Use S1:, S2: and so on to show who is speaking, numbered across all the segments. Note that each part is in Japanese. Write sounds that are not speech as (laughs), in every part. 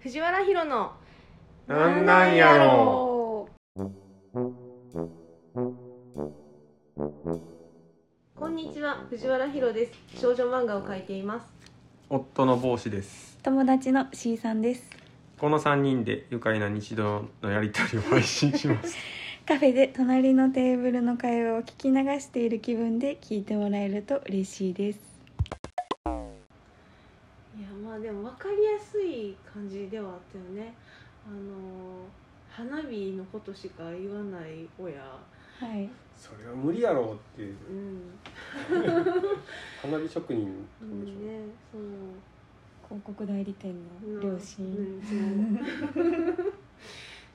S1: 藤原ヒロの
S2: なんなんやろ
S1: こんにちは藤原ヒロです少女漫画を描いています
S2: 夫の帽子です
S3: 友達の C さんです
S2: この三人で愉快な日常のやりとりを配信します
S3: カフェで隣のテーブルの会話を聞き流している気分で聞いてもらえると嬉しいです
S1: いやまあでも分かりやすい感じではあったよねあの花火のことしか言わない親
S3: はい
S2: それは無理やろうっていう
S1: うん、
S2: 花火職人
S1: う、
S2: どうでしょうん
S1: ねそう
S3: 広告代理店の両親、
S1: うん、 (laughs) そう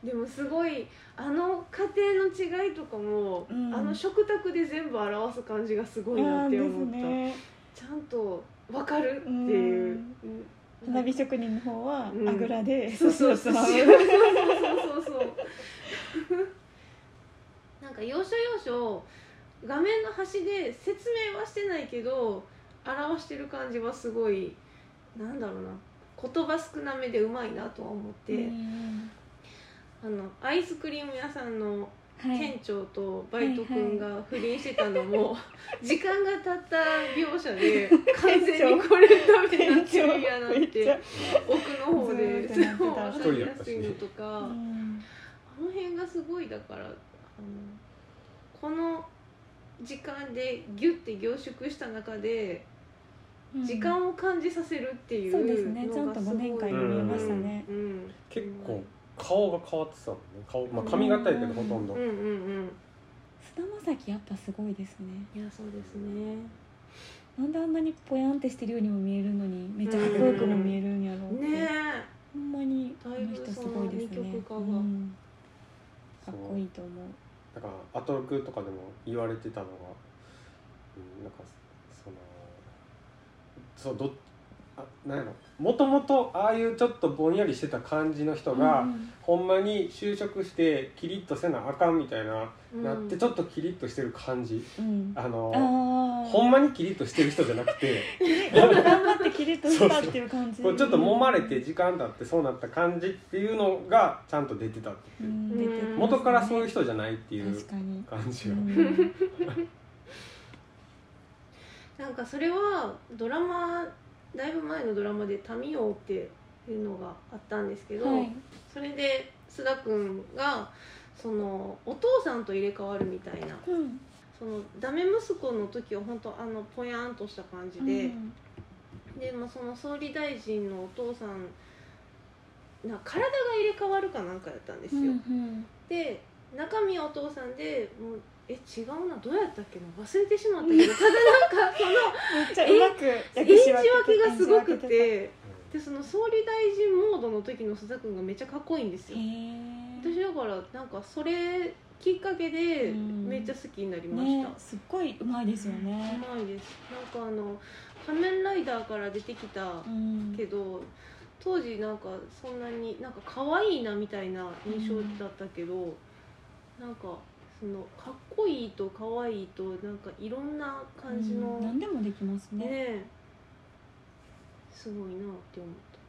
S1: でもすごいあの家庭の違いとかも、
S3: うん
S1: あの食卓で全部表す感じがすごいな
S3: あ
S1: っ
S3: ー
S1: て
S3: です
S1: 思った、
S3: ね
S1: ちゃんと分かるっていう、うん
S3: 花火職人の方は
S1: うん
S3: あぐらで
S1: そうそうそ
S3: 寿司
S1: うそ
S3: をつま
S1: う
S3: む
S1: そうそうそう (laughs) なんか要所要所画面の端で説明はしてないけど表してる感じはすごいなんだろうな言葉少なめでうまいなとは思って、
S3: うん
S1: あのアイスクリーム屋さんの
S3: はい
S1: 店長とバイト君が不倫してたのも、 (laughs) 時間が経った描写で完全にこれダメになってるんやなっ
S3: めっち
S1: て
S3: ゃ
S1: 奥の方で
S3: ず
S1: それ
S3: ーっと
S1: も
S3: なっ
S2: た
S3: て
S1: 分かりやすいのとか、
S3: う
S1: あ
S3: ん
S1: の辺がすごいだからあのこの時間でギュッて凝縮した中で
S3: うん
S1: 時間を感じさせるってい
S3: そうです
S1: う
S3: ね
S1: のがすごい、
S3: ちゃんと五年間
S2: に見えました
S3: ね
S1: うんうん
S2: 結構顔が変わってたもんね顔、まあ、髪型やけどほとんど
S1: うんうんうん
S3: 菅田将暉やっぱすごいですね
S1: いやそうですね
S3: なんであんなにぽやんってしてるようにも見えるのにめっちゃかっこよくも見えるんやろうって、
S1: ねえ
S3: ほんまに
S1: だ
S3: あの
S1: いぶ
S3: 人すごいです
S1: その二
S3: ね
S1: 極化が
S3: うんかっこい
S2: い
S3: いと思う
S2: だからアトロクとかでも言われてたのが、うん、なんかそのそうどあなんやろもともとああいうちょっとぼんやりしてた感じの人が、
S3: うん
S2: ほんまに就職してキリッとせなあかんみたいな、
S1: うん
S2: なってちょっとキリッとしてる感じ
S3: うん、
S2: あ
S3: あ
S2: の
S3: ー
S2: ほんまにキリッとしてる人じゃなくて
S3: 頑張ってキリッとしたっていう感じ
S2: こうちょっと揉まれて時間経ってそうなった感じっていうのがちゃんと出てたって
S3: う
S2: いう、
S3: ん出てますね
S2: 元からそういう人じゃないっていう
S3: 確かに、
S2: 感じ
S3: う
S2: が、
S3: ん、
S1: なんかそれはドラマだいぶ前のドラマで「民王」っていうのがあったんですけど、
S3: はい
S1: それで須田君がそのお父さんと入れ替わるみたいな
S3: うん
S1: そのダメ息子の時は本当あのぽやんとした感じで、でまあ、その総理大臣のお父さんな体が入れ替わるかなんかやったんです
S3: う
S1: よ。
S3: んうん
S1: で中身はお父さんでもうえ違うなどうやったっけな忘れてしまったけどただなん
S3: (laughs)
S1: かその
S3: めっちゃうまく
S1: 演
S3: 演
S1: じ分
S3: 分
S1: けがすごく
S3: 演じ分けて
S1: てでその総理大臣モードの時の須田君がめっちゃかっこいいんです
S3: た
S1: よ
S3: へ
S1: 私だからなんかそれきっかけで
S3: うん
S1: めっちゃ好きになり
S3: ー
S1: ました、
S3: ねすっごいうまいですよ
S1: う
S3: ね、
S1: まいですなんかあの「仮面ライダー」から出てきた
S3: うん、
S1: けど当時なんかそんなになんか可愛いなみたいな印象だったけど、なんかそのかっこいいと可愛いとなんかいろんな感じの、
S3: うん何でもできます
S1: ね
S3: ね
S1: えすごいなって思った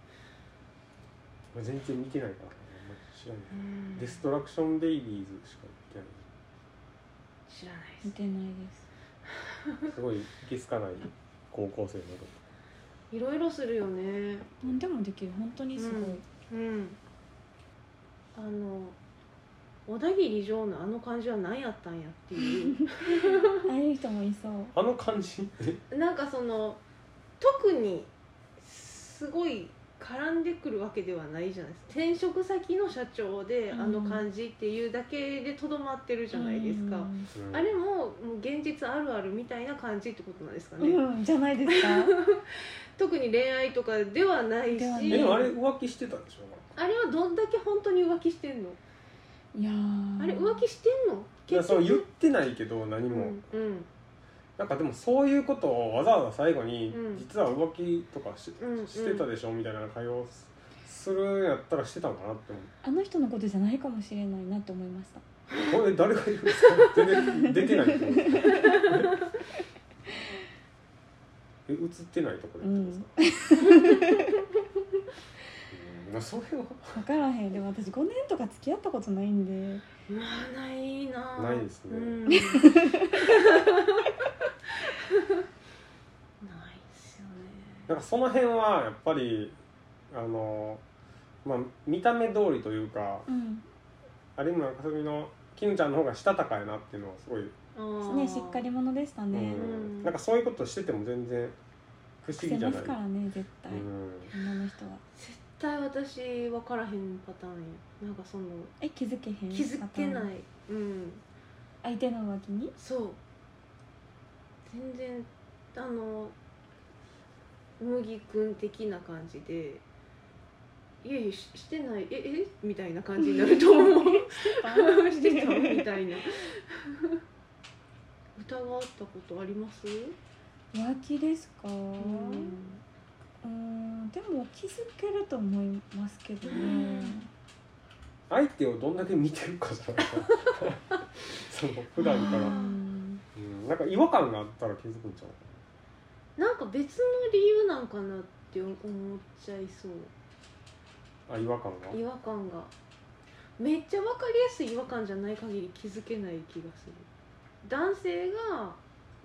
S2: 全然見てないからあんまり知らないデストラクションベイビーズしか見て
S1: 知らないで
S3: 見
S1: す
S3: てないです
S2: ないすごいいけすかない高校生のこと
S1: いろいろするよね
S3: 何でもできる本当にすごい、
S1: うんうんあの小田切城のあの感じは何やったんやっていう
S3: ああいう人もいそう
S2: あの感じ
S3: (laughs)
S1: なんかその特にすごい絡んでくるわけではないじゃないですか転職先の社長であの感じっていうだけでとどまってるじゃないですか、
S3: うん
S2: うん
S1: あれももう現実あるあるみたいな感じってことなんですかね、
S3: うん、じゃない
S1: (laughs)
S3: ですか
S1: 特に恋愛とかではないし
S3: ではない
S2: えでもあれ浮気してたんでしょ
S1: あれはどんだけ本当に浮気してんの
S3: いやー
S1: あれ浮気してんの
S2: いや
S1: 結
S2: そ
S1: 局
S2: う言ってないけど何
S1: う
S2: も、
S1: んうん
S2: なんかでもそういうことをわざわざ最後に、
S1: うん
S2: 実は浮気とかし,、
S1: うんうん
S2: してたでしょみたいな会話をすするんやったらしてたのかなって
S3: あの人のことじゃないかもしれないなと思いました
S2: 思うこれ誰がいるんですか全然出てないと思うえ映ってないとこでやってますか、うんなそれは
S3: 分からへんでも私5年とか付き合ったことないんで
S1: まあないな
S2: ないですね (laughs)
S1: うんないですよね
S2: なんかその辺はやっぱりあの、まあ、見た目通りというか
S3: うん
S2: 有村架純の絹ちゃんの方がしたたかやなっていうのはすごい、
S1: あー
S3: ねしっかり者でした
S2: う
S3: ね
S2: ん
S1: ん
S2: なんかそういうことしてても全然不思
S3: 癖
S2: 議じゃ
S3: ま
S2: ない
S3: すからね絶対
S2: うん
S3: 女の人は
S1: 絶対私分からへんパターンやなんかその
S3: え気づけへん
S1: 気づけな
S3: パターン
S1: いうん
S3: 相手の浮気
S1: (laughs)
S3: に
S1: そう全然あの麦君的な感じで「いやいやししてないええみたいな感じになると思うしてたみた (laughs) いな疑ったことあります、
S3: 浮気ですか
S1: う
S3: うんんでも気づけると思いますけど
S1: う
S3: ね
S1: ん
S2: 相手をどんだけ見てるかじゃない (laughs) かその普段か
S1: あ
S2: ら
S1: ー、
S2: うん、なんか違和感があったら気づくんちゃう
S1: なんか別の理由なんかなって思っちゃいそう
S2: あ違和感が
S1: 違和感がめっちゃ分かりやすい違和感じゃない限り気づけない気がする男性が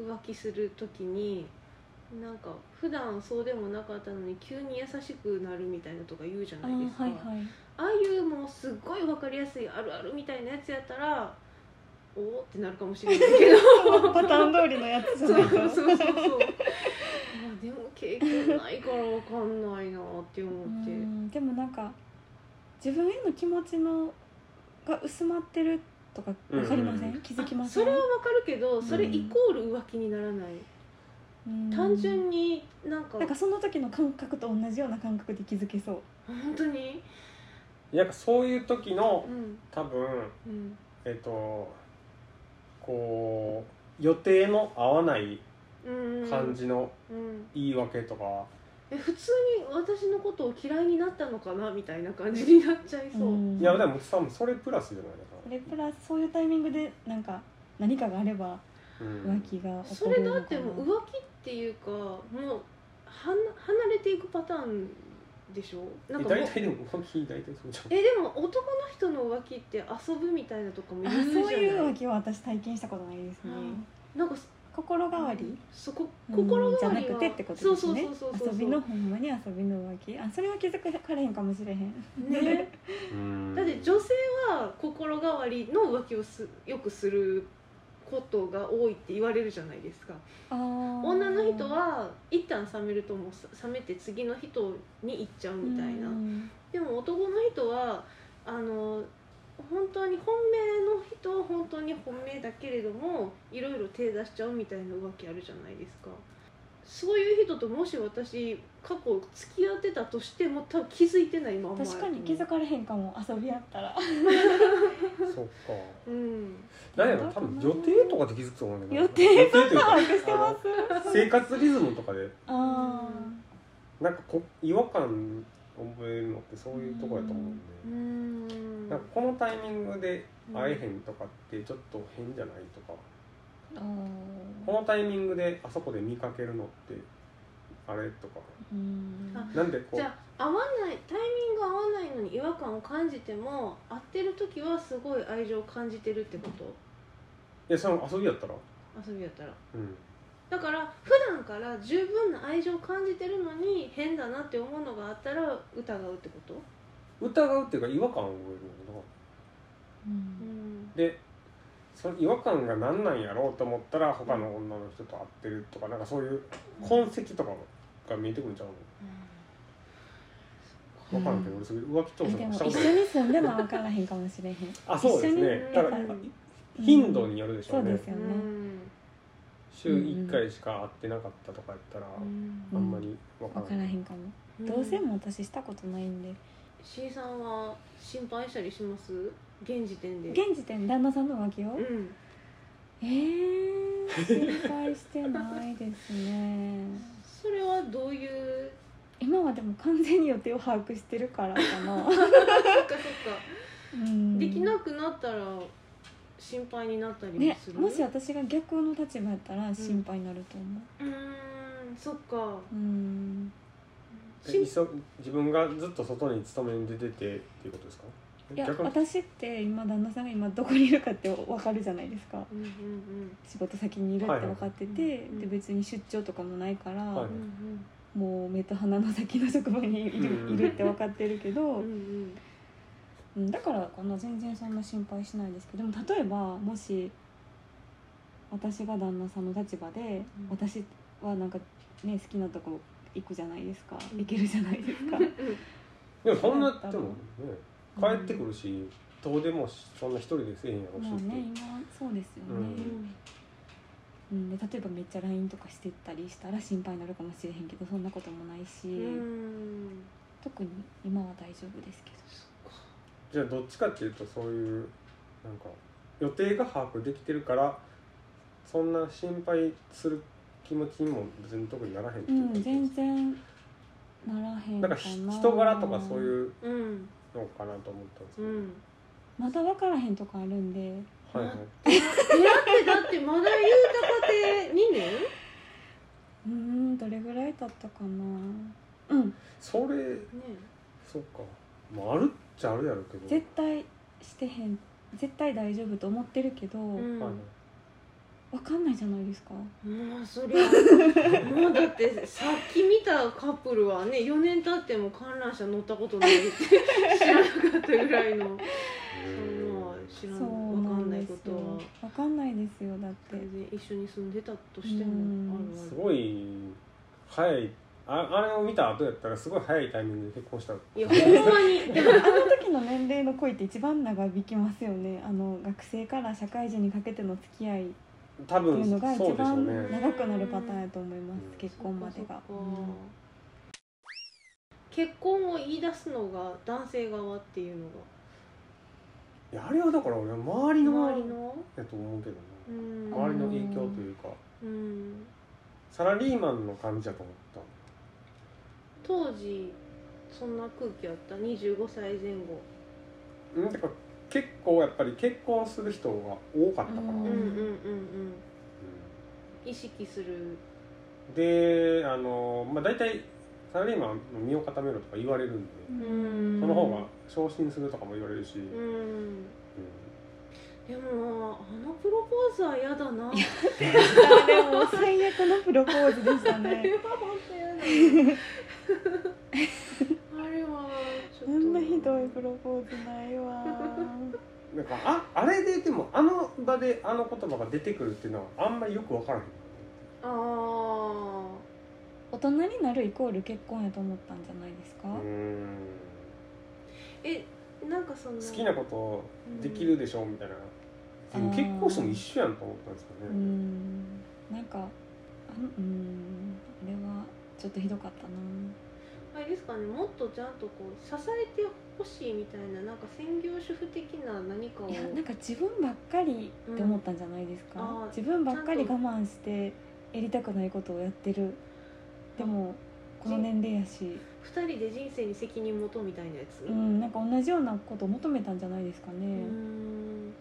S1: 浮気する時になんか普段そうでもなかったのに急に優しくなるみたいなとか言うじゃ
S3: あ
S1: ないです
S3: ー
S1: か
S3: はいはい
S1: ああいうもうすっごい分かりやすいあるあるみたいなやつやったらおおってなるかもしれないけど
S3: (laughs) パターン通りのやつ
S1: そうそうそうそうまあでも経験ないから分かんないなって思
S3: う
S1: って
S3: んでもなんか自分への気持ちのが薄まってるとかわかりませ
S2: うん
S3: ん気づきま
S1: あ
S3: せ
S1: そ
S3: ん
S1: れは分かるけどそれ
S2: うん
S1: イコール浮気にならない、
S3: うん
S1: 単純になんか
S3: なんかその時の感覚と同じような感覚で気づけそう
S1: 本当に
S2: なんかそういう時の
S1: うん
S2: 多分
S1: うん
S2: えっとこう予定の合わない
S1: うん
S2: 感、じの
S1: うん、
S2: 言い訳とか、
S1: え普通に私のことを嫌いになったのかなみたいな感じになっちゃいそう、
S3: ん
S2: いやでも多分それプラスじゃない
S3: それプラスそういうタイミングでなんか何かがあれば
S2: かな、うん
S3: 浮気が起
S1: そ
S3: こる
S1: れだ
S3: のかな
S1: ってもう浮気っていうかもうはな離れていくパターンでしょなん
S2: え
S1: かもう
S2: 大体でも浮気大体そうじゃん
S1: えでも男の人の浮気って遊ぶみたいなとかも
S3: あ
S1: 言うじゃ
S3: そういう
S1: な
S3: 浮
S1: い
S3: 気は私体験したことないですね、
S1: うんなんか
S3: 心変わり、
S1: そこ
S3: うん
S1: 心
S3: じ
S1: 変わ
S3: ゃな
S1: りは
S3: くてってこと
S1: そう
S3: です
S1: そう
S3: ね
S1: そうそうそう
S3: 遊びのほんまに遊びの浮気あそれは気づかれへんかもしれへん
S1: ね
S2: うん
S1: だって女性は心変わりの浮気をすよくすることが多いって言われるじゃないですか女
S3: 女
S1: の人は一旦冷めるともうさ冷めて次の人に行っちゃうみたいなでも男の人はあの本当に本命の人は本当に本命だけれどもいろいろ手出しちゃうみたいな浮気あるじゃないですかそういう人ともし私過去付き合ってたとしても多分気づいてないまんまやと
S3: 確
S1: 思う
S3: かに気づかれへんかも遊びやったら
S2: そっか
S1: うん
S2: だけど多分予定とかで気づくと思うんだけど
S3: 予定
S2: というか
S3: 把握してま
S2: あ
S3: す
S2: の生活リズムとかで
S3: あ
S2: なんかこ違和感覚えるのってそういうとこやと思うんで、
S1: うん
S2: なんかこのタイミングで会えへんとかってちょっと変じゃないとか、
S3: ーあ
S2: このタイミングであそこで見かけるのってあれとか
S3: ーうん
S1: あ
S2: なんでこ
S1: じゃあ合わないタイミング合わないのに違和感を感じても会ってる時はすごい愛情を感じてるってこと
S2: ういやその遊びやったら
S1: 遊びやったら
S2: うん
S1: だから普段から十分な愛情を感じてるのに変だなって思うのがあったら疑うってこと
S2: 疑うっていうか違和感を覚えるんだけど
S3: うん
S1: ん
S2: でその違和感が何なんやろうと思ったら他の女の人と会ってるとかなんかそういう痕跡とかが見えてくるんちゃうの
S3: うん
S2: 分からんけど俺それ浮気と
S3: え
S2: か
S3: でも
S2: した
S3: 一
S2: こと
S3: 緒
S2: ない
S3: に住んでも分からへんかもしれへん
S2: あそうですね
S1: 一緒
S2: だ
S1: にう
S2: から
S1: ん
S2: 頻度によるでしょうね、
S3: そうですよね
S2: 週1回しか会ってなかったとかやったら、
S1: うん
S3: ん
S2: あんまり分か
S3: 分
S2: ら
S3: か
S2: な
S3: ら
S2: い
S3: へんかもどうせも私したことないんで
S1: C さんは心配したりします現時点で
S3: 現時点旦那さんの浮気を
S1: うん
S3: えー心配してないですね
S1: それはどういう
S3: 今はでも完全に予定を把握してるからかな、
S1: (laughs) そっかそっか
S3: うん
S1: できなくなったら心配になったりも
S3: ね
S1: する、
S3: もし私が逆の立場やったら心配になると思
S1: うーんそっか
S3: ううん
S2: え
S3: し
S2: いそ自分がずっと外に勤めに出ててっていうことですかえ
S3: いや
S2: 逆に
S3: 私って今旦那さんが今どこにいるかって分かるじゃないですか
S1: うんうん
S3: 仕事先にいるって分かってて、
S1: はいはいうん
S3: で別に出張とかもないから、
S2: は
S1: うんうん
S3: もう目と鼻の先の職場にいる,、
S2: うん
S3: いるって分かってるけ
S1: う
S3: ど
S1: んう、ん
S3: うん、だからかな全然そんな心配しないですけどでも例えばもし私が旦那さんの立場で、
S1: ん
S3: 私はなんかね好きなとこ行くじゃないですか、
S1: うん
S3: 行けるじゃないです
S2: (laughs)
S3: か
S2: でもそんな
S3: そうだった
S2: でもね帰
S3: の
S2: ってくるしどうでもしそんな一人でせえへんやろし
S3: まあ
S2: って
S3: ね今そうですよね、
S1: う
S2: うん
S3: うん、で例えばめっちゃ LINE とかしてたりしたら心配になるかもしれへんけどそんなこともないし、
S1: うん
S3: 特に今は大丈夫ですけど
S2: じゃあどっちかっていうとそういうなんか予定が把握できてるからそんな心配する気持ちにも別に特にならへんって
S3: う
S2: いうこと
S3: ん全然ならへん
S2: な
S3: か
S2: ん
S3: な
S2: かひ人柄とかそういう
S1: うん
S2: のかなと思ったんですけ
S1: う
S2: ど、
S1: ん
S3: また分からへんとかあるんで
S2: はいはい
S1: 出会ってだってまだ言うたかて2年
S3: うーんどれぐらい経ったかなうん
S2: それ
S1: ね
S2: そっか、まあ、あるっちゃあるやろうけど
S3: 絶対してへん絶対大丈夫と思ってるけど、わ
S1: うん
S2: はいはい
S3: 分かんないじゃないですか
S1: まあそりゃもうだってさっき見たカップルはね4年経っても観覧車乗ったことないって知らなかったぐらいのそんな知ら
S3: そ
S1: ん
S3: う
S1: 分か
S3: なんん
S1: ない
S3: で
S1: こ
S3: す
S1: と
S3: よ
S1: は
S3: 分かんないですよだって
S1: 全然一緒に住んでたとしても
S3: うん
S1: あるある
S2: すごい早いああれを見た後やったらすごい早いタイミングで結婚した
S1: いやほんまに
S3: でもあの時の年齢の恋って一番長引きますよねあの学生から社会人にかけての付き合いって
S2: 多
S3: い
S2: 分
S3: うのが一
S2: そうでしょう
S3: 番
S2: ね
S3: 長くなるパターンやと思います
S2: うん
S3: 結婚まで
S1: そ
S3: が
S1: っかそっか結婚を言い出すのが男性側っていうの
S2: いやあれはだから俺周り
S1: が
S2: の
S1: 周りの
S2: やと思うけどね
S1: うん
S2: 周りの影響というか
S1: うん
S2: サラリーマンの感じだと思っ
S1: 当時そんな空気あった25歳前後
S2: たうんてか結構やっぱり結婚する人が多かったから、
S3: う
S1: うん
S3: ん
S1: うんうんうん
S2: う
S1: 意識する
S2: んであの、まあ、大体サラリーマンの身を固めろとか言われるんで、
S3: うん
S1: うん
S2: その方が昇進するとかも言われるし、
S1: うん
S2: う
S1: でもあのプロポーズは嫌だな
S3: あでも最悪のプロポーズでした
S1: あ (laughs) れ
S3: ね
S1: は本当やだなあれはちょっ
S3: そ
S1: と
S3: んなひどいプロポーズないわ
S2: んなんかああれででもあの場であの言葉が出てくるっていうのはあんまりよく分からへん
S1: ああ
S3: 大人になるイコール結婚やと思ったんじゃないですか、
S2: うーん
S1: えなんかその
S2: 好きなことできるでしょうみたいな、
S3: うん
S2: 結婚しても一緒やんと思ったんですけど
S3: う
S2: ね、
S3: んなんかあのうんあれはちょっとひどかったな
S1: あれですかねもっとちゃんとこう支えてほしいみたいななんか専業主婦的な何かを
S3: いやなんか自分ばっかりって思ったんじゃないですか、
S1: うんあー
S3: 自分ばっかり我慢してやりたくないことをやってるでもこの年齢やし、
S1: 二人で人生に責任持とうみたいなやつ
S3: うん、なんか同じようなことを求めたんじゃないですかね、
S1: うーん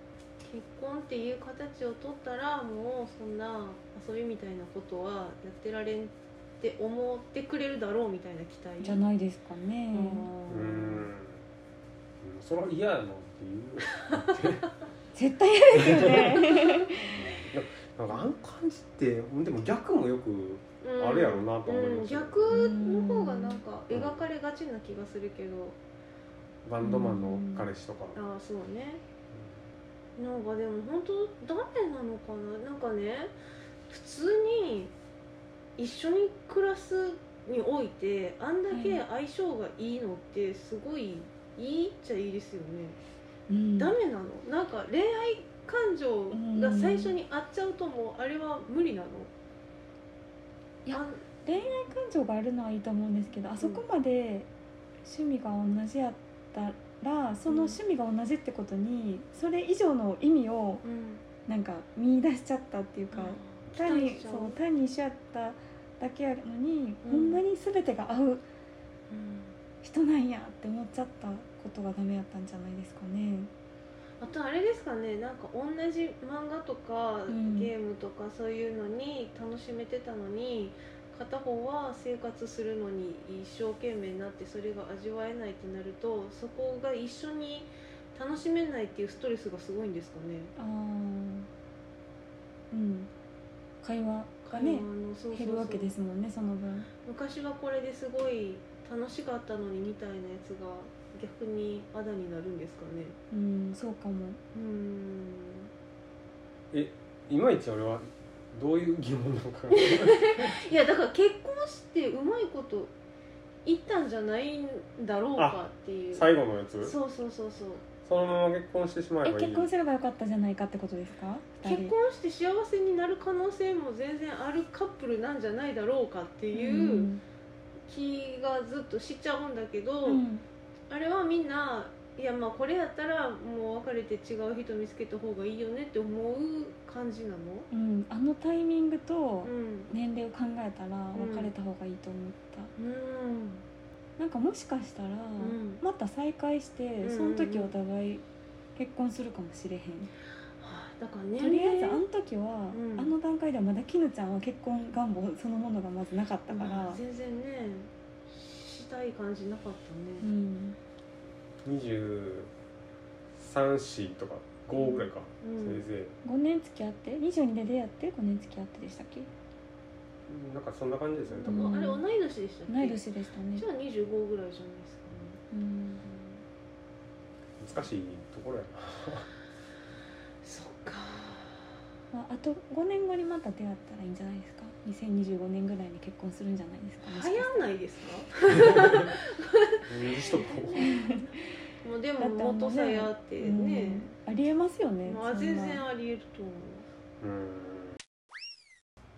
S1: 結婚っていう形を取ったらもうそんな遊びみたいなことはやってられんって思ってくれるだろうみたいな期待
S3: じゃないですかね
S1: う、
S2: うん
S1: ん
S2: うんそれは嫌やなっていう
S3: 絶対嫌ですよ
S1: (laughs)
S3: ね
S2: (laughs) なんかあの感じってでも逆もよく
S1: うん
S2: あれやろなと思いますよ
S1: うん逆の方がなんか描かれがちな気がするけど
S2: バンドマンの彼氏とか、
S1: ああそうねなんかでも本当誰なのかななんかね普通に一緒に暮らすにおいてあんだけ相性がいいのってすごいいいっちゃいいですよね、
S3: うん
S1: ダメなのなんか恋愛感情が最初にあっちゃうともうあれは無理なの
S3: いや
S1: あ
S3: 感情があるのはいいと思うんですけどあそこまで趣味が同じやったらその趣味が同じってことにそれ以上の意味を
S1: うん
S3: なんか見出しちゃったっていうか、
S1: 期
S3: 単
S1: 待
S3: に
S1: しちゃう
S3: そう単に一緒やっただけやのに、
S1: うん
S3: ほんまに全てが合う
S1: うん
S3: 人なんやって思っちゃったことがダメやったんじゃないですかね。
S1: あとあれですかねなんか同じ漫画とか
S3: うん
S1: ゲームとかそういうのに楽しめてたのに、片方は生活するのに一生懸命になってそれが味わえないってなるとそこが一緒に楽しめないっていうストレスがすごいんですかね。
S3: あーうん会話がね
S1: 会話のそうそうそう
S3: 減るわけですもんねその分
S1: 昔はこれですごい楽しかったのにみたいなやつが逆にあだになるんですかね。
S3: うんそうかも
S1: うーん
S2: えいまいち俺はどういう疑問なのか
S1: いやだから結婚してうまいこといったんじゃないんだろうかっていう
S2: 最後のやつ
S1: そうそうそうそう
S2: そのまま結婚してしまえ
S3: え
S2: ばいい
S3: 結婚すればよかったじゃないかってことですか二
S1: 結
S3: 人
S1: 婚して幸せになる可能性も全然あるカップルなんじゃないだろうかって
S3: う
S1: いうん気がずっとしちゃうんだけど、
S3: うん
S1: あれはみんないやまあこれやったらもう別れて違う人見つけた方がいいよねって思う感じなの
S3: うんあのタイミングと
S1: うん
S3: 年齢を考えたら
S1: ん
S3: 別れた方がいいと思った、
S1: うん
S3: なんかもしかしたら
S1: ん
S3: また再会して
S1: うん
S3: その時お互い結婚するかもしれへん、
S1: はあだから
S3: とりあえ
S1: 年
S3: ずあ
S1: 齢
S3: の時は、
S1: うん
S3: あの段階ではまだきぬちゃんは結婚願望そのものがまずなかったから、
S1: まあ全然ねしたい感じなかったね、
S3: うん
S2: 23とか5ぐらいか、
S1: うん
S2: せいぜ
S3: 5年付き合って22で出会って5年付き合ってでしたっけ
S2: いなんかそんな感じですよね多分、
S3: うん
S1: あれ同い年でしたっけ
S3: 同い年でしたね、
S1: じゃあ25ぐらいじゃないですかね
S3: うん、
S2: 難しいところやな
S1: そっか
S3: まあ、あと5年後にまた出会ったらいいんじゃないですか2025年ぐらいに結婚するんじゃないですかもしかし
S1: 流
S3: たら
S1: 行んないですか
S2: にしとこう
S1: もうで
S3: だ
S1: も
S3: ってあのね
S1: 元さやってね
S3: うんありえますよね、
S1: まあ
S3: そんな
S1: 全然ありえると思う
S2: うん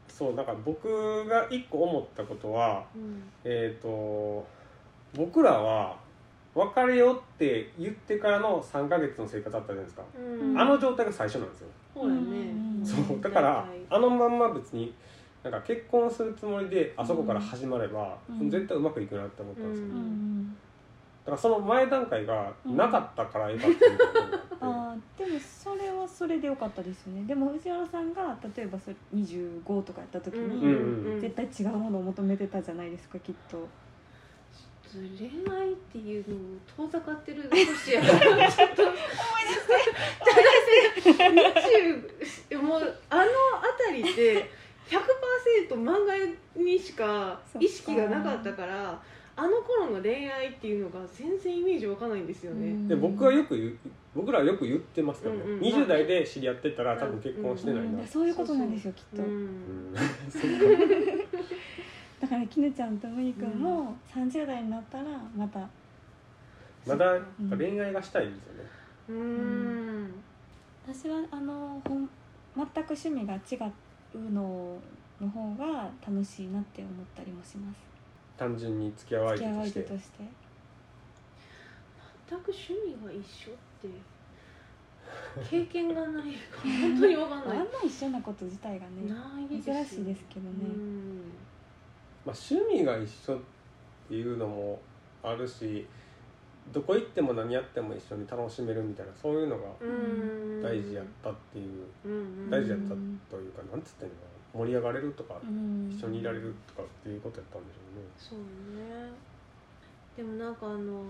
S2: そうだから僕が一個思ったことは
S1: うん
S2: えっ、と僕らは別れようって言ってからの3ヶ月の生活だったじゃないですか、
S1: うん
S2: あの状態が最初なんですよ、
S1: そうやね
S3: うん
S2: そうだから
S1: 大体
S2: あのまんま別になんか結婚するつもりであそこから始まれば、
S3: うん
S2: 絶対うまくいくなって思ったんですよ、
S1: うん
S3: うん
S2: だからその前段階がなかったからよかったみたいなことがあっ
S3: あーでもそれはそれでよかったですよねでも藤原さんが例えばそれ25とかやった時
S1: うん
S3: に、
S2: うん
S1: うん
S3: 絶対違うものを求めてたじゃないですかきっと
S1: 恋愛っていうのを遠ざかってる年やからちょっと思い出して思い出して20もうあの辺りって100%漫画にしか意識がなかったからあの頃の恋愛っていうのが全然イメージわかないんですよね、
S2: てで僕はよく言う僕らはよく言ってますからね、
S1: うんうん
S2: 20代で知り合ってたら多分結婚してない
S3: うん
S2: な、
S3: いやそういうことなんですよきっと、
S1: うん
S3: (laughs) だからきぬちゃんとむいくんも30代になったらまた
S2: まだやっぱ恋愛がしたいんですよね、
S1: うーん
S3: 私はあのほん全く趣味が違うのの方が楽しいなって思ったりもします
S2: 単純に付き合う
S3: 付き合う
S2: 相手として
S3: 相手として
S1: 全く趣味が一緒って経験がないから本当にわかん
S3: あん
S1: ない
S3: な一緒なこと自体がね
S1: ない
S3: 珍
S1: ですよ
S3: しいですけど
S1: う
S3: ね
S1: ん
S2: まあ、趣味が一緒っていうのもあるしどこ行っても何やっても一緒に楽しめるみたいなそういうのが
S1: うん
S2: 大事やったっていう、
S1: うんうん
S2: 大事やったというかなんつってんのかな盛り上がれるとか、
S3: うん
S2: 一緒にいられるとかっていうことやったんでしょ
S1: そ
S2: うね
S1: うねでもなんかあの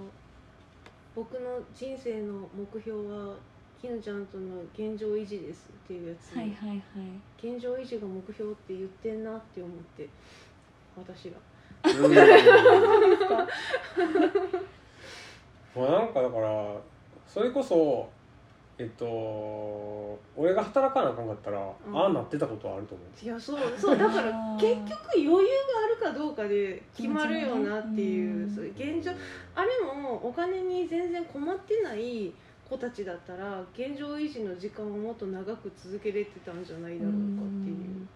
S1: 僕の人生の目標はきぬちゃんとの現状維持ですっていうやつ、
S3: はいはいはい
S1: 現状維持が目標って言ってんなって思って私が
S2: まあなんかだからそれこそえっと俺が働かなあかんかったら、
S1: ん
S2: ああなってたことはあると思う
S1: いやそうそうだから
S3: あー
S1: 結局余裕があるかどうかで決まるよなっていう
S3: うん
S1: そういう現状あれもお金に全然困ってない子たちだったら現状維持の時間をもっと長く続けれてたんじゃないだろうかっていう。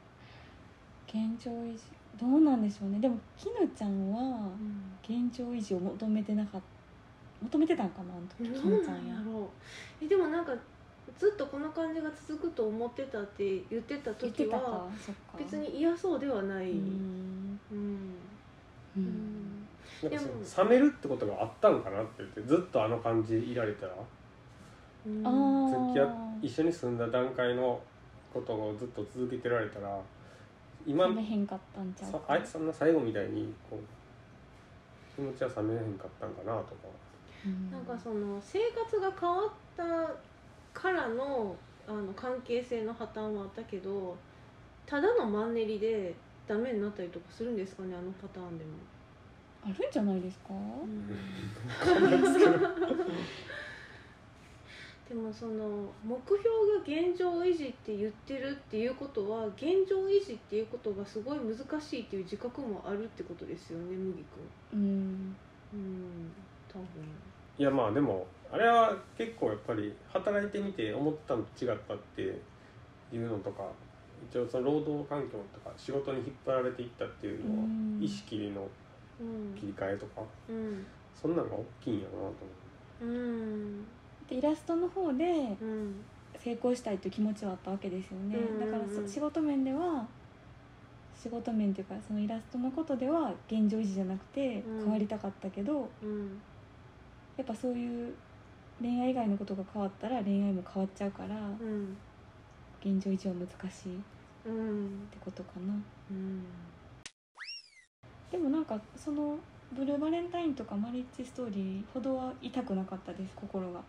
S3: 現状維持どうなんでしょうねでもきぬちゃんは
S1: うん
S3: 現状維持を求めてなかった求めてたんかなあの時き
S1: ど
S3: ぬ
S1: う
S3: ちゃ
S1: なんん
S3: や
S1: やろうえでもなんかずっとこの感じが続くと思ってたって言ってた
S3: 言っ
S1: 時
S3: てた
S1: は
S3: かそっか
S1: 別に嫌そうではな
S3: う
S1: い、
S3: ん
S1: うんう
S3: う
S1: ん
S3: ん
S2: なんかそ
S1: でも
S2: の冷めるってことがあったんかなって言ってずっとあの感じいられたら
S1: うん
S3: あー
S2: 付き合一緒に住んだ段階のことをずっと続けてられたら今
S3: 冷めへんかったんちゃう
S2: さ
S3: か
S2: あいつさんの最後みたいにこう気持ちは冷めへんかったんかなとか
S3: うん
S1: なんかその生活が変わったからのあの関係性の破綻はあったけどただのマンネリでダメになったりとかするんですかねあのパターンでも、
S3: あるんじゃないですか、
S1: でもその目標が現状維持って言ってるっていうことは現状維持っていうことがすごい難しいっていう自覚もあるってことですよね麦君
S3: うん、
S1: うん多分
S2: いやまあでもあれは結構やっぱり働いてみて思ったのと違ったっていうのとか一応その労働環境とか仕事に引っ張られていったっていうのは
S3: うん
S2: 意識の切り替えとか
S1: うん
S2: そんなのが大きいんやろうなと思う
S1: うんうん
S3: でイラストの方で
S1: うん
S3: 成功したいという気持ちはあったわけですよね、
S1: うんうんうん
S3: だからそ仕事面では仕事面というかそのイラストのことでは現状維持じゃなくて
S1: うん
S3: 変わりたかったけど、
S1: うん
S3: やっぱそういう恋愛以外のことが変わったら恋愛も変わっちゃうか
S1: う
S3: ら
S1: ん
S3: 現状維持は難しいっ
S1: うん
S3: てことかな
S1: うん
S3: でもなんかそのブルーバレンタインとかマリッジストーリーほどは痛くなかったです心が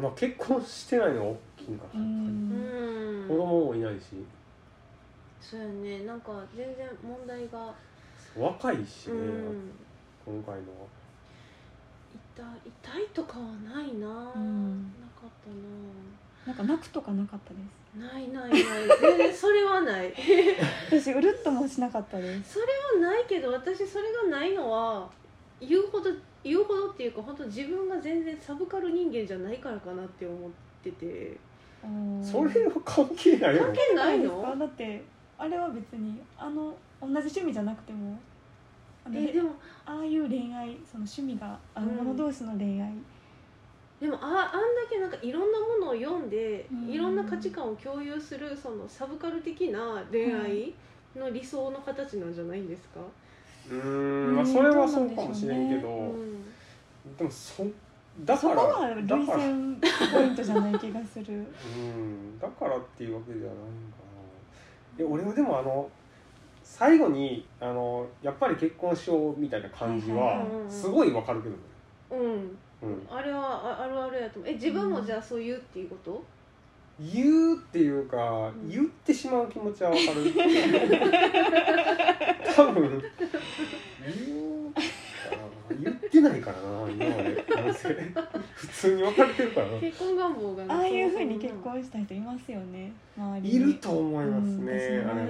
S2: まあ結婚してないのが大きいんか
S3: う
S2: な、やっ
S1: うん
S2: ぱり
S1: ん
S2: 子供もいないし
S1: そうやねなんか全然問題が
S2: 若いし
S1: う
S2: ね、
S1: ん
S2: 今回のは
S1: 痛い痛いとかはないな、
S3: うん
S1: なかっ
S3: なんか泣くとかなかったで
S1: たなないないない全然それはないそれ
S3: す私うるっともしなかったです
S1: はないけど私それがないのは言うほど言うほどっていうか本当自分が全然サブカル人間じゃないからかなって思ってて
S2: それは関係ないよ
S1: 関係
S3: な
S1: ないい
S3: ですか
S1: の
S3: だってあれは別にあの同じ趣味じゃなくてもあの
S1: えでも
S3: ああいう恋愛その趣味がある者同士の恋愛、
S1: でもああんだけなんかいろんなものを読んで、
S3: うん
S1: いろんな価値観を共有するそのサブカル的な恋愛の理想の形なんじゃないんですか、
S2: うーんまあそれはそうかもしれんけど、
S1: うん
S2: でもそだ
S3: そ
S2: か
S3: こ
S2: ら
S3: が
S2: だ
S3: 類
S2: から
S3: 線ポイントじゃない気がする
S2: うんだからっていうわけではないんかなえ俺はでもあの最後にあのやっぱり結婚しようみたいな感じ
S3: はい
S2: は
S1: はいはい
S2: すごいわかるけどね、
S1: うん、
S2: うん、
S1: あれはああるあるやと思うえ自分もじゃあそう言うっていうこと、
S2: 言うっていうか、
S1: ん
S2: 言ってしまう気持ちはわかる
S3: (laughs)
S2: 多分言うか言ってないからな今までなんせ普通に分かってる
S3: (laughs)
S2: からな
S1: 結婚願望が
S3: ああいうふうに
S1: そ
S3: 結
S1: もそも
S3: 婚した人いますよね周りに
S2: いると思いますね、
S3: うん、私の
S2: あれ
S3: 周り
S2: は
S3: にも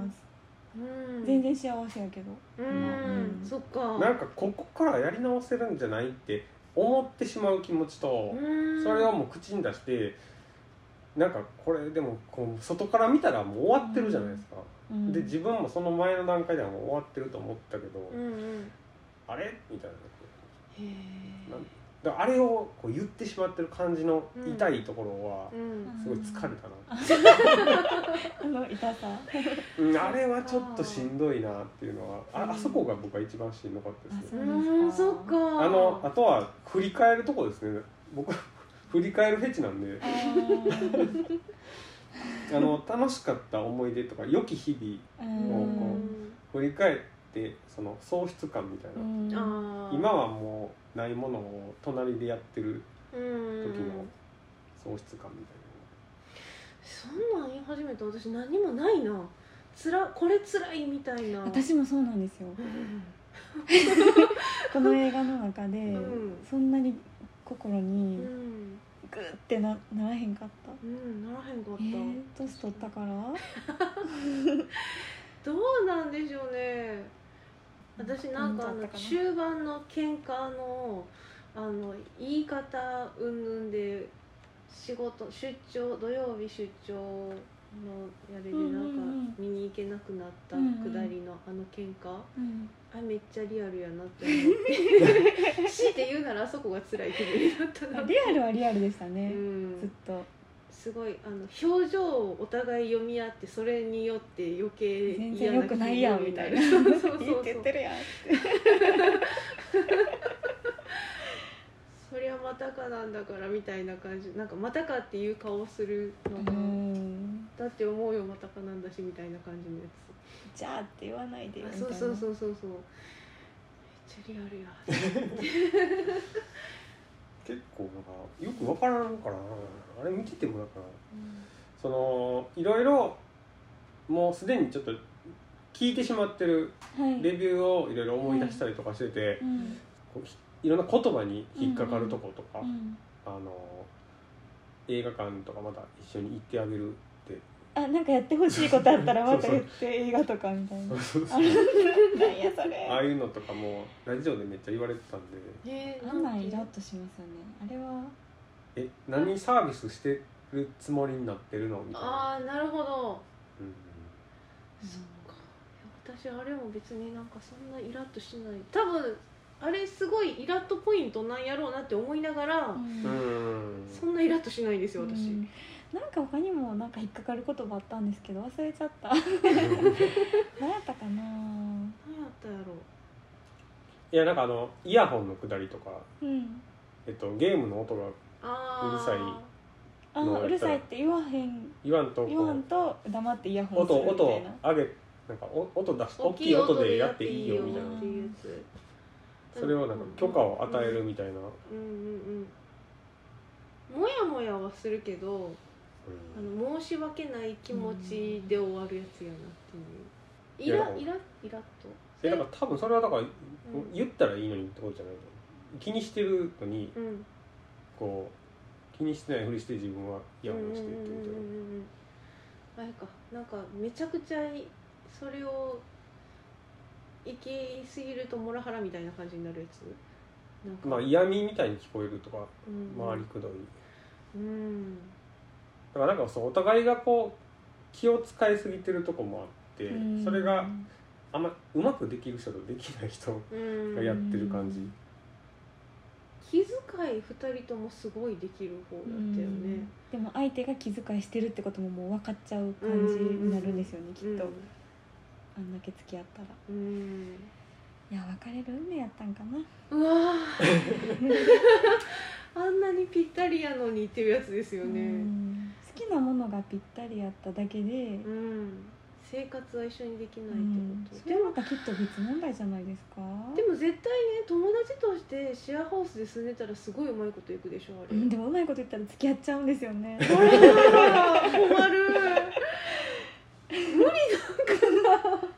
S3: います
S1: うん
S3: 全然幸せやけど
S1: うん、
S3: うん
S1: そっか
S2: なんかここからやり直せるんじゃないって思ってしまう気持ちと、
S1: うん
S2: それをもう口に出してなんかこれでもこう外から見たらもう終わってるじゃないですか、
S3: うん
S2: で自分もその前の段階ではもう終わってると思ったけど、
S1: うんうん
S2: あれみたいな
S1: へえ
S2: なんだからあれをこう言ってしまってる感じの
S1: うん
S2: 痛いところは
S1: うん
S2: すごい疲れたな、
S3: あの
S2: (laughs)
S3: 痛さ
S2: うんあれはちょっとしんどいなっていうのはあ,、あそこが僕は一番しんどかったですね
S3: そうですか
S1: うんそっか
S2: あのあとは振り返るとこですね僕振り返るフェチなんで
S3: あー
S2: あの楽しかった思い出とか良き日々
S3: う
S1: うん
S3: ん
S2: 振り返ってその喪失感みたいな、
S3: うん
S1: あー
S2: 今はもうないものを隣でやってる
S1: うん
S2: 時の喪失感みたいな
S1: そんなん言い始めた私何もないなつらこれつらいみたいな
S3: 私もそうなんですよ
S1: うん
S3: この映画の中で、
S1: うん
S3: そんなに心
S1: う
S3: に
S1: ん、
S3: グーってなならへんかった、
S1: うん、ならへんかった、
S3: えー、年取ったから
S1: どうなんでしょうね私なんかあ
S3: だ
S1: の
S3: った
S1: 終盤の喧嘩のあの言い方うんぬんで仕事出張土曜日出張のやれで
S3: うんう
S1: なん
S3: うん
S1: んか見に行けなくなった
S3: うんうん
S1: くだりのあの喧嘩
S3: うん
S1: あめっちゃリアルやなって思
S3: (laughs)
S1: って強いて言うならあそこが辛い気分になったな
S3: リアルはリアルでした
S1: う
S3: ね、ずっ
S1: ん、
S3: と
S1: すごいあの表情をお互い読み合ってそれによって余計
S3: 全然良くないやんみたいな
S1: 嫌気分にるそうそう
S3: いい
S1: そ
S3: っ
S1: うそ
S3: て言
S1: う
S3: ってるやん
S1: そりゃまたかなんだからみたいな感じなんかまたかっていう顔するのが
S3: うん
S1: だって思うよまたかなんだしみたいな感じのやつ
S3: じゃあって言わないでよ
S1: あ
S3: みたい
S1: そう
S3: な
S1: そうそうそうそうめっちゃリアルや
S2: 結構なんかよく分からんからなあれ見ててもだから
S3: うん
S2: そのいろいろもうすでにちょっと聞いてしまってる
S3: はい
S2: レビューをいろいろ思い出したりとかしてて、
S3: うん
S2: こうひいろんな言葉に引っかかるとことか、
S3: うん
S2: あの映画館とかまた一緒に行ってあげるって
S3: あなんかやってほしいことあったらまた言って映画とかみたいなあ (laughs) なんやそれ
S2: ああいうのとかもラジオでめっちゃ言われてたんで
S1: え
S3: あんなんイラッとしますよねあれは
S2: え何サービスしてるつもりになってるのみたいな、
S1: ああなるほど
S2: うん
S1: そうかいや私あれも別になんかそんなイラッとしない多分あれすごいイラッとポイントなんやろうなって思いながら、
S3: うん
S2: うん
S1: そんなイラッとしないんですよ私、
S3: うんなんか他にもなんか引っかかる言葉あったんですけど忘れちゃった (laughs)
S2: (laughs)
S3: 何やったかな
S1: 何やったやろ
S2: いやなんかあのイヤホンのくだりとか、
S3: うん
S2: えっと、ゲームの音が
S1: ああ
S2: うるさい
S3: あ
S2: どうやった
S3: うるさいって言わへん
S2: 言わんとこ
S3: 言わん
S2: う
S3: と黙ってイヤホンす
S2: 音
S3: るみ
S2: 音
S3: たい
S2: を
S3: な
S2: 上げなんかお音出す大きい音でやっていいよみたい
S3: 大
S2: な
S1: っていうやつ
S2: それをなんか許可を与えるみたいな、
S1: うんうんうんもやもやはするけどあ
S2: うん
S1: の申し訳ない気持ちで終わるやつやなっていうイ
S2: いや
S1: ラ
S2: でも
S1: イライラッと
S2: えだから多分それはだから
S1: うん
S2: 言ったらいいのにってことじゃないの気にしてるのに
S1: うん
S2: こう気にしてないふりして自分はイヤホンしてってみたい
S1: うん
S2: な
S1: うんうんうんうんあれかなんかめちゃくちゃいそれを行き過ぎるとモラハラみたいな感じになるやつなんか
S2: まあ嫌味みたいに聞こえるとか
S1: うん
S2: 周りくどい
S1: うん
S2: だからなんかそうお互いがこう気を使いすぎてるとこもあって
S3: うん
S2: それがあんまうまくできる人とできない人
S1: うん
S2: がやってる感じ
S3: うん
S1: 気遣い2人ともすごいできる方だったよね
S3: でも相手が気遣いしてるってことももう分かっちゃう感じになるんですよね、きっと、あんだけ付き合ったら
S1: うん、
S3: いや別れる運命やったんかな
S1: うんう
S3: (laughs)
S1: わーあんなにぴったりやのにっていうやつですよ
S3: う
S1: ね
S3: ん好きなものがぴったりやっただけで
S1: うん、生活は一緒にできないっ
S3: うん
S1: てこと、
S3: それはまたきっと別問題じゃないですか
S1: でも絶対ね友達としてシェアホースで住んでたらすごいうまいこといくでしょあ
S3: う
S1: れ
S3: んでもうまいこと言ったら付き合っちゃうんです
S1: (laughs)
S3: よね
S1: あらー困る無理なんかな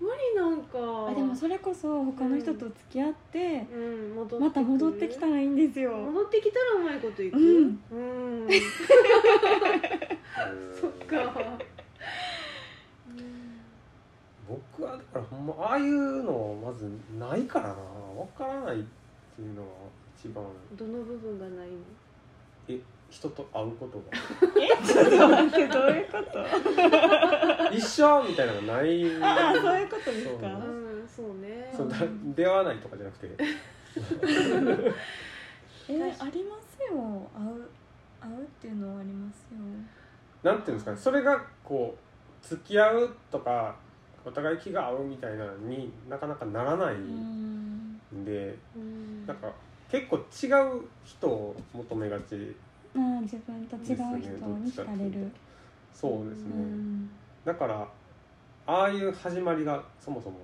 S1: 無理なんか
S3: あでもそれこそ他の人と付き合って、
S1: うん戻ってくる
S3: また戻ってきたらいいんですよ、
S1: 戻ってきたらうまいこといく
S3: うん
S1: うんそっか
S2: 僕はだからほんまああいうのまずないからなわからないっていうのが一番
S1: どの部分がないの
S2: 人と会うことが
S3: (laughs) えちょっと待ってどういうこ
S2: (laughs)
S3: と
S2: 一緒みたいなのがない
S3: ああそういうことですか
S2: そう
S1: うんそうね
S2: そうだ出会わないとかじゃなくて
S3: えーありますよ会う会うっていうのはありますよ
S2: なんていうんですかねそれがこう付き合うとかお互い気が合うみたいなのになかなかならないん
S3: ん
S2: で、
S1: うん
S2: なんか結構違う人を求めがち
S3: まあ自分と違う人に
S2: です
S3: 惹
S2: よね
S3: かれる
S2: そうですね、
S3: うん
S2: だからああいう始まりがそもそも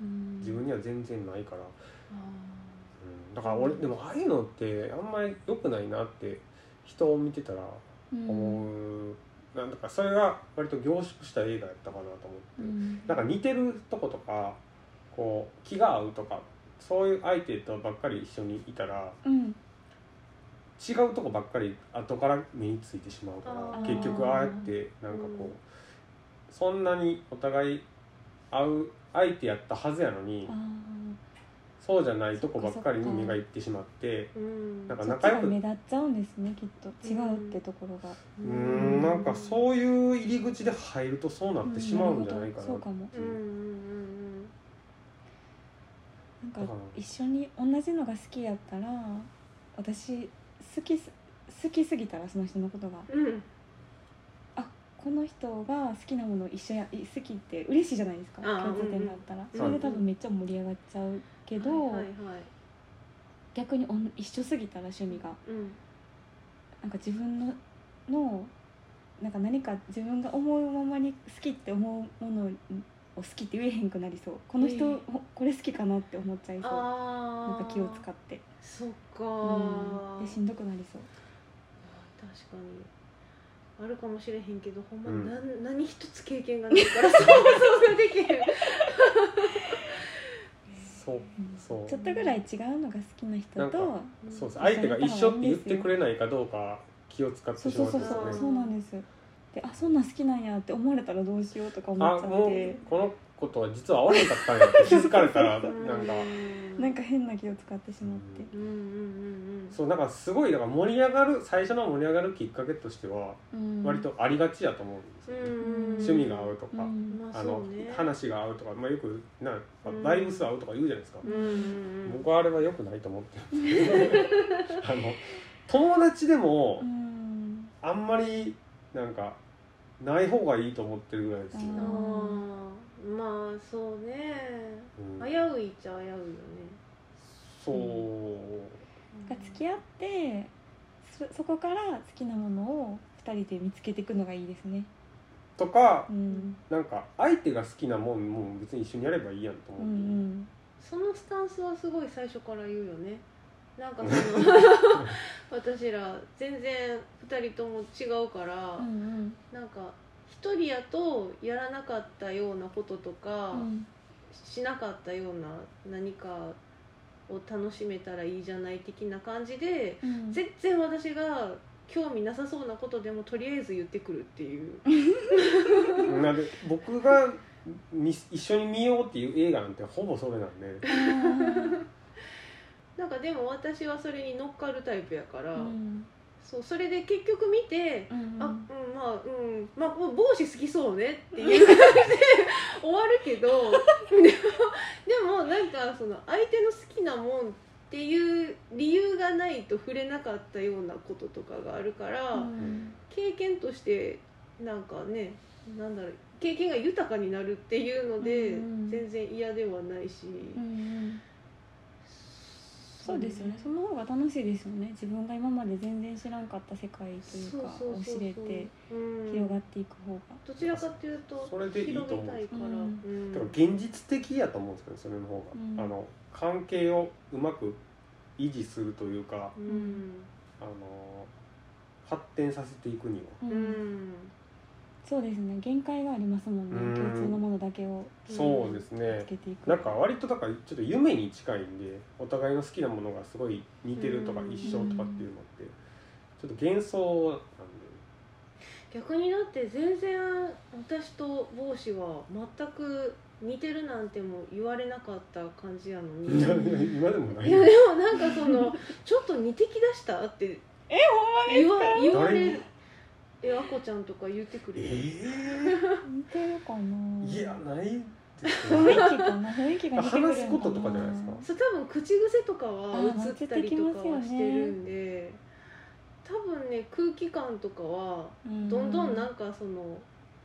S1: うん
S2: 自分には全然ないから、
S1: あ
S2: うんだから俺でもああいうのってあんまり良くないなって人を見てたら
S3: うん
S2: 思う、なんだかそれが割と凝縮した映画やったかなと思って、
S3: うん
S2: なんか似てるとことかこう気が合うとかそういう相手とばっかり一緒にいたら
S3: うん
S2: 違うとこばっかり後から目についてしまうか
S1: あ
S2: ら
S1: ー
S2: 結局ああやってなんかこう、
S1: うん
S2: そんなにお互い会う相手やったはずやのに
S3: あ
S2: そうじゃないとこばっかりに目がいってしまって
S1: ーうん
S2: なんか
S3: あそっち
S2: 仲良
S3: が
S2: く
S3: 目立っちゃうんですねきっと違うってところが
S1: う
S2: うーんなんか
S1: う
S2: そういう入り口で入るとそうなってしまうんじゃないかな、
S3: うんるほどそうかも
S1: うんうん
S3: なんか
S2: だから
S3: 一緒に同じのが好きやったら私好きす好きすぎたらその人のことが
S1: うんうんうん
S3: あこの人が好きなもの一緒やい好きって嬉しいじゃないですか
S1: あー
S3: 共通点があったら、
S1: うん
S3: それで多分めっちゃ盛り上がっちゃうけど、
S1: はいはいはい
S3: 逆におん一緒すぎたら趣味が
S1: うん
S3: なんか自分ののなんか何か自分が思うままに好きって思うものを好きって言えへんくなりそうこの人、
S1: ええ
S3: ほこれ好きかなって思っちゃいそう
S1: あ
S3: なん
S1: ー
S3: か気を使って、
S1: そっか
S3: う
S1: ー、
S3: ん、でしんどくなりそう
S1: 確かにあるかもしれへんけどほんま
S2: うん
S1: 何,、ん、何一つ経験がないから想像ができへん
S2: そう
S3: うん
S2: そう
S3: ちょっとぐらい違うのが好きな人
S2: なんか
S3: と
S2: (laughs) そうです
S1: う
S2: 相手が一緒って言ってくれないかどうか気を使って
S3: そう
S2: し
S3: そ
S2: ま
S3: う
S2: うんで
S3: そうそう、
S2: す
S3: そ
S2: ね
S3: うなんですであそんなん好きなんやって思われたらどうしようとか思
S2: あ
S3: っちゃ
S2: もう
S3: って
S2: この子とは実は合わなかったんや
S3: (laughs)
S2: って気づかれたら
S1: ん
S2: なんか
S1: うん
S3: なんか変な気を使ってしまって
S1: うんうんうんうん
S2: そうなんかすごいだから盛り上がる最初の盛り上がるきっかけとしては
S3: うん
S2: 割とありがちやと思うんですよね、
S1: うん
S2: 趣味が合うと
S3: う
S2: か、
S3: ん
S1: まあ
S2: あ
S1: そ
S2: の
S1: うね
S2: 話が合うとか、まあ、よくな
S1: うん
S2: バイブス合うとか言うじゃないですか、
S1: うんうん
S2: 僕はあれは良くないと思ってるんですけどあの友達でも
S3: うん
S2: あんまりなんかない方がいいと思ってるぐらいですよ、
S1: うんあーまあそうね
S2: うん
S1: 危ういっちゃ危ういよね
S2: そう、
S3: が付き合ってそそこから好きなものを2人で見つけていくのがいいですね
S2: とか
S3: うん
S2: なんか相手が好きなもんも別に一緒にやればいいやんと思
S3: う
S2: う、
S3: ん
S1: そのスタンスはすごい最初から言うよねなんかその私ら全然2人とも違うから、
S3: うんうん
S1: なんか一人やとやらなかったようなこととか、
S3: うん
S1: しなかったような何かを楽しめたらいいじゃない的な感じで、
S3: うん
S1: 全然私が興味なさそうなことでもとりあえず言ってくるっていう
S2: なんで僕がみ一緒に見ようっていう映画なんてほぼそれなんで、
S3: あー
S1: なんかでも私はそれに乗っかるタイプやから、
S3: うん
S1: そうそれで結局見て、
S3: うん
S1: あうんまあうんまあ帽子好きそうねっていう感じで終わる
S3: (laughs)
S1: けどでもでもなんかその相手の好きなもんっていう理由がないと触れなかったようなこととかがあるから、
S3: うん
S1: 経験としてなんかねなんだろう経験が豊かになるっていうので、
S3: うんうん
S1: 全然嫌ではないし、
S3: うんうんそうですよねその方が楽しいですよね自分が今まで全然知らんかった世界というか
S1: そうそうそう
S3: を
S1: そう
S3: 知れて
S1: うん
S3: 広がっていく方が
S1: どちらかというと
S2: それでいいと思う
S1: 広げたいから、
S3: うん
S1: うん
S2: だから現実的やと思うんですけどそれの方が、
S3: うん
S2: あの関係をうまく維持するというか
S1: うん
S2: あの発展させていくには
S1: う
S3: う
S1: んん
S3: そうですね限界がありますもんね
S2: うん
S3: 共通のものだけを
S1: うん
S2: そうです
S3: つ
S2: ね
S3: けていく
S2: なんか割とだからちょっと夢に近いんでお互いの好きなものがすごい似てるとか
S1: うん
S2: 一緒とかっていうのってちょっと幻想なんで (laughs)
S1: 逆にだって全然私と帽子は全く似てるなんても言われなかった感じやの
S2: (laughs)
S1: にいやで
S2: 今でもない
S1: もなんかその (laughs) ちょっと似てきだしたって
S3: えほんまに
S1: 言わ言わ
S2: 誰
S1: れ
S2: に
S1: るえあこちゃんとか言ってく
S2: え
S1: れる
S2: ー
S3: 似てるかない
S2: やないです
S3: 雰囲
S2: ね
S3: 気かな雰囲気が似てくるの
S2: 話すこととかじゃないですか
S1: そう多分口癖とかは
S3: あー
S1: 映ったりとかはしてるんで、多分ね空気感とかはどんどんなんかその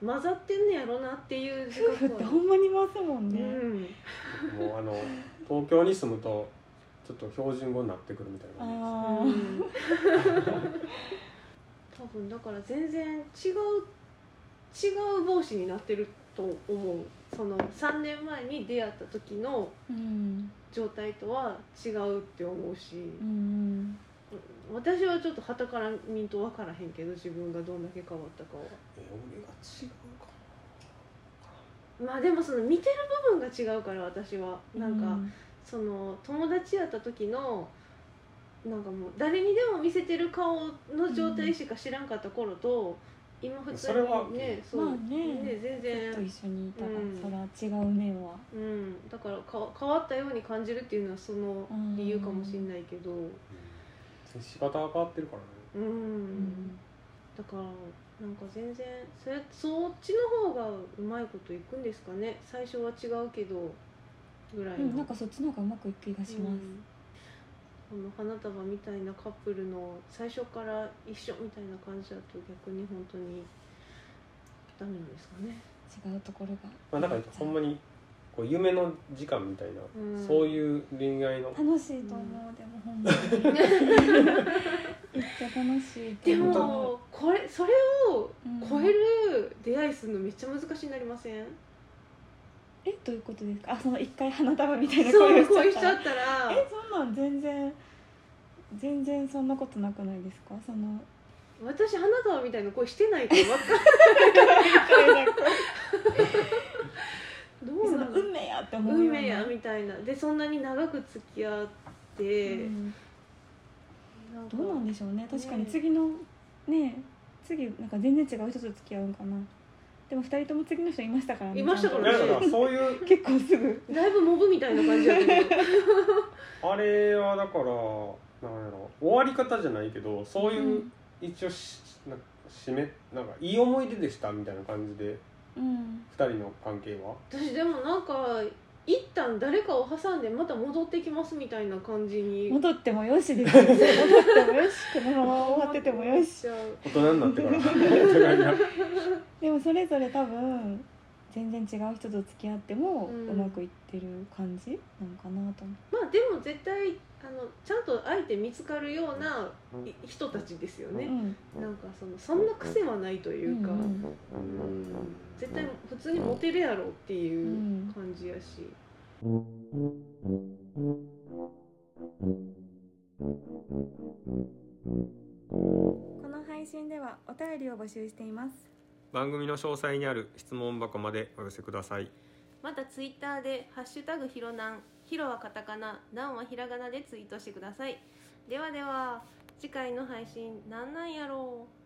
S1: 混ざってんねやろなっていう自
S3: 夫婦っ
S1: (laughs) 覚
S3: て
S1: は
S3: ほんまにいますもん
S1: う
S3: ね、
S1: ん
S2: もうあの東京に住むとちょっと標準語になってくるみたいな感
S3: ああ、
S1: 多分だから全然違う違う帽子になってると思うその3年前に出会った時の
S3: うん、
S1: 状態とは違うって思うし、
S3: うん
S1: 私はちょっと傍から見んと分からへんけど自分がどんだけ変わったかは
S2: じえ俺が違うか
S1: まあでもその見てる部分が違うから私は
S3: うん、
S1: なんか、その友達やった時のなんかもう誰にでも見せてる顔の状態しか知らんかった頃と、今普通
S2: それは
S1: にねそう
S3: まあね
S1: 全
S3: ずっと
S1: 然、
S3: 一緒にいたら、
S1: うん
S3: そら違う面は
S1: うん、だからか変わったように感じるっていうのはその理由かもしれないけど、うん
S2: うん仕方が変わってるからね
S1: だからなんか全然それそっちの方がうまいこといくんですかね最初は違うけどぐらい
S3: うん、
S1: の。
S3: なんかそっちの方がうまくいく気がします、
S1: うんこの花束みたいなカップルの最初から一緒みたいな感じだと逆に本当にダメなんですかね、
S3: 違うところが、
S2: まあ、だからほんまにこう夢の時間みたいな、
S1: うん
S2: そういう恋愛の
S3: 楽しいと思う、でもほんまに (laughs) めっちゃ楽しいと
S1: で
S3: 思う
S1: もここれそれを超える出会いするのめっちゃ難しいなりません、
S3: えどういうことですかあその一回花束みたいな
S1: そう
S3: を
S1: 恋
S3: し
S1: し
S3: ち
S1: ち
S3: ゃ
S1: ゃ
S3: っ
S1: った
S3: た
S1: ら (laughs)
S3: えそんなん全然全然そんなことなくないですかその
S1: 私花束みたいな恋してないから分かる (laughs) どう
S3: そ
S1: な
S3: の
S1: の
S3: 運命やって思うような
S1: 運命やみたいなでそんなに長く付き合って、
S3: うん
S1: なんか
S3: どうなんでしょうね確かに次のね次なんか全然違う人と付き合うんかなでも二人とも次の人いましたからね
S1: いましたから
S2: だ
S1: ね
S2: からそういう
S3: 結構すぐ
S1: だいぶモブみたいな感じだけど
S2: あれはだからなんやろ終わり方じゃないけどそういう、
S3: うん
S2: 一応しなんか締めなんかいい思い出でしたみたいな感じで
S3: うん
S2: 2人の関係は
S1: 私でもなんか一旦誰かを挟んでまた戻ってきますみたいな感じに
S3: 戻ってもよしですよ戻ってもよしこのまま終わっててもよし
S2: 大人になってからお互いが
S3: でもそれぞれ多分全然違う人と付き合っても
S1: うん
S3: うまくいってる感じなのかなと思
S1: まあでも絶対あのちゃんと相手見つかるような
S2: うん
S1: い人たちですよ
S3: う、
S1: ね、
S3: ん、
S1: なんかそのそんな癖はないというか、
S3: うんうん
S1: うん絶対普通にモテるやろっていう感じやし、
S3: この配信ではお便りを募集しています
S2: 番組の詳細にある質問箱までお寄せください
S1: またツイッターで「ハッシュタグひろなん」「ひろはカタカナ」「なん」はひらがなでツイートしてくださいではでは次回の配信なんなんやろう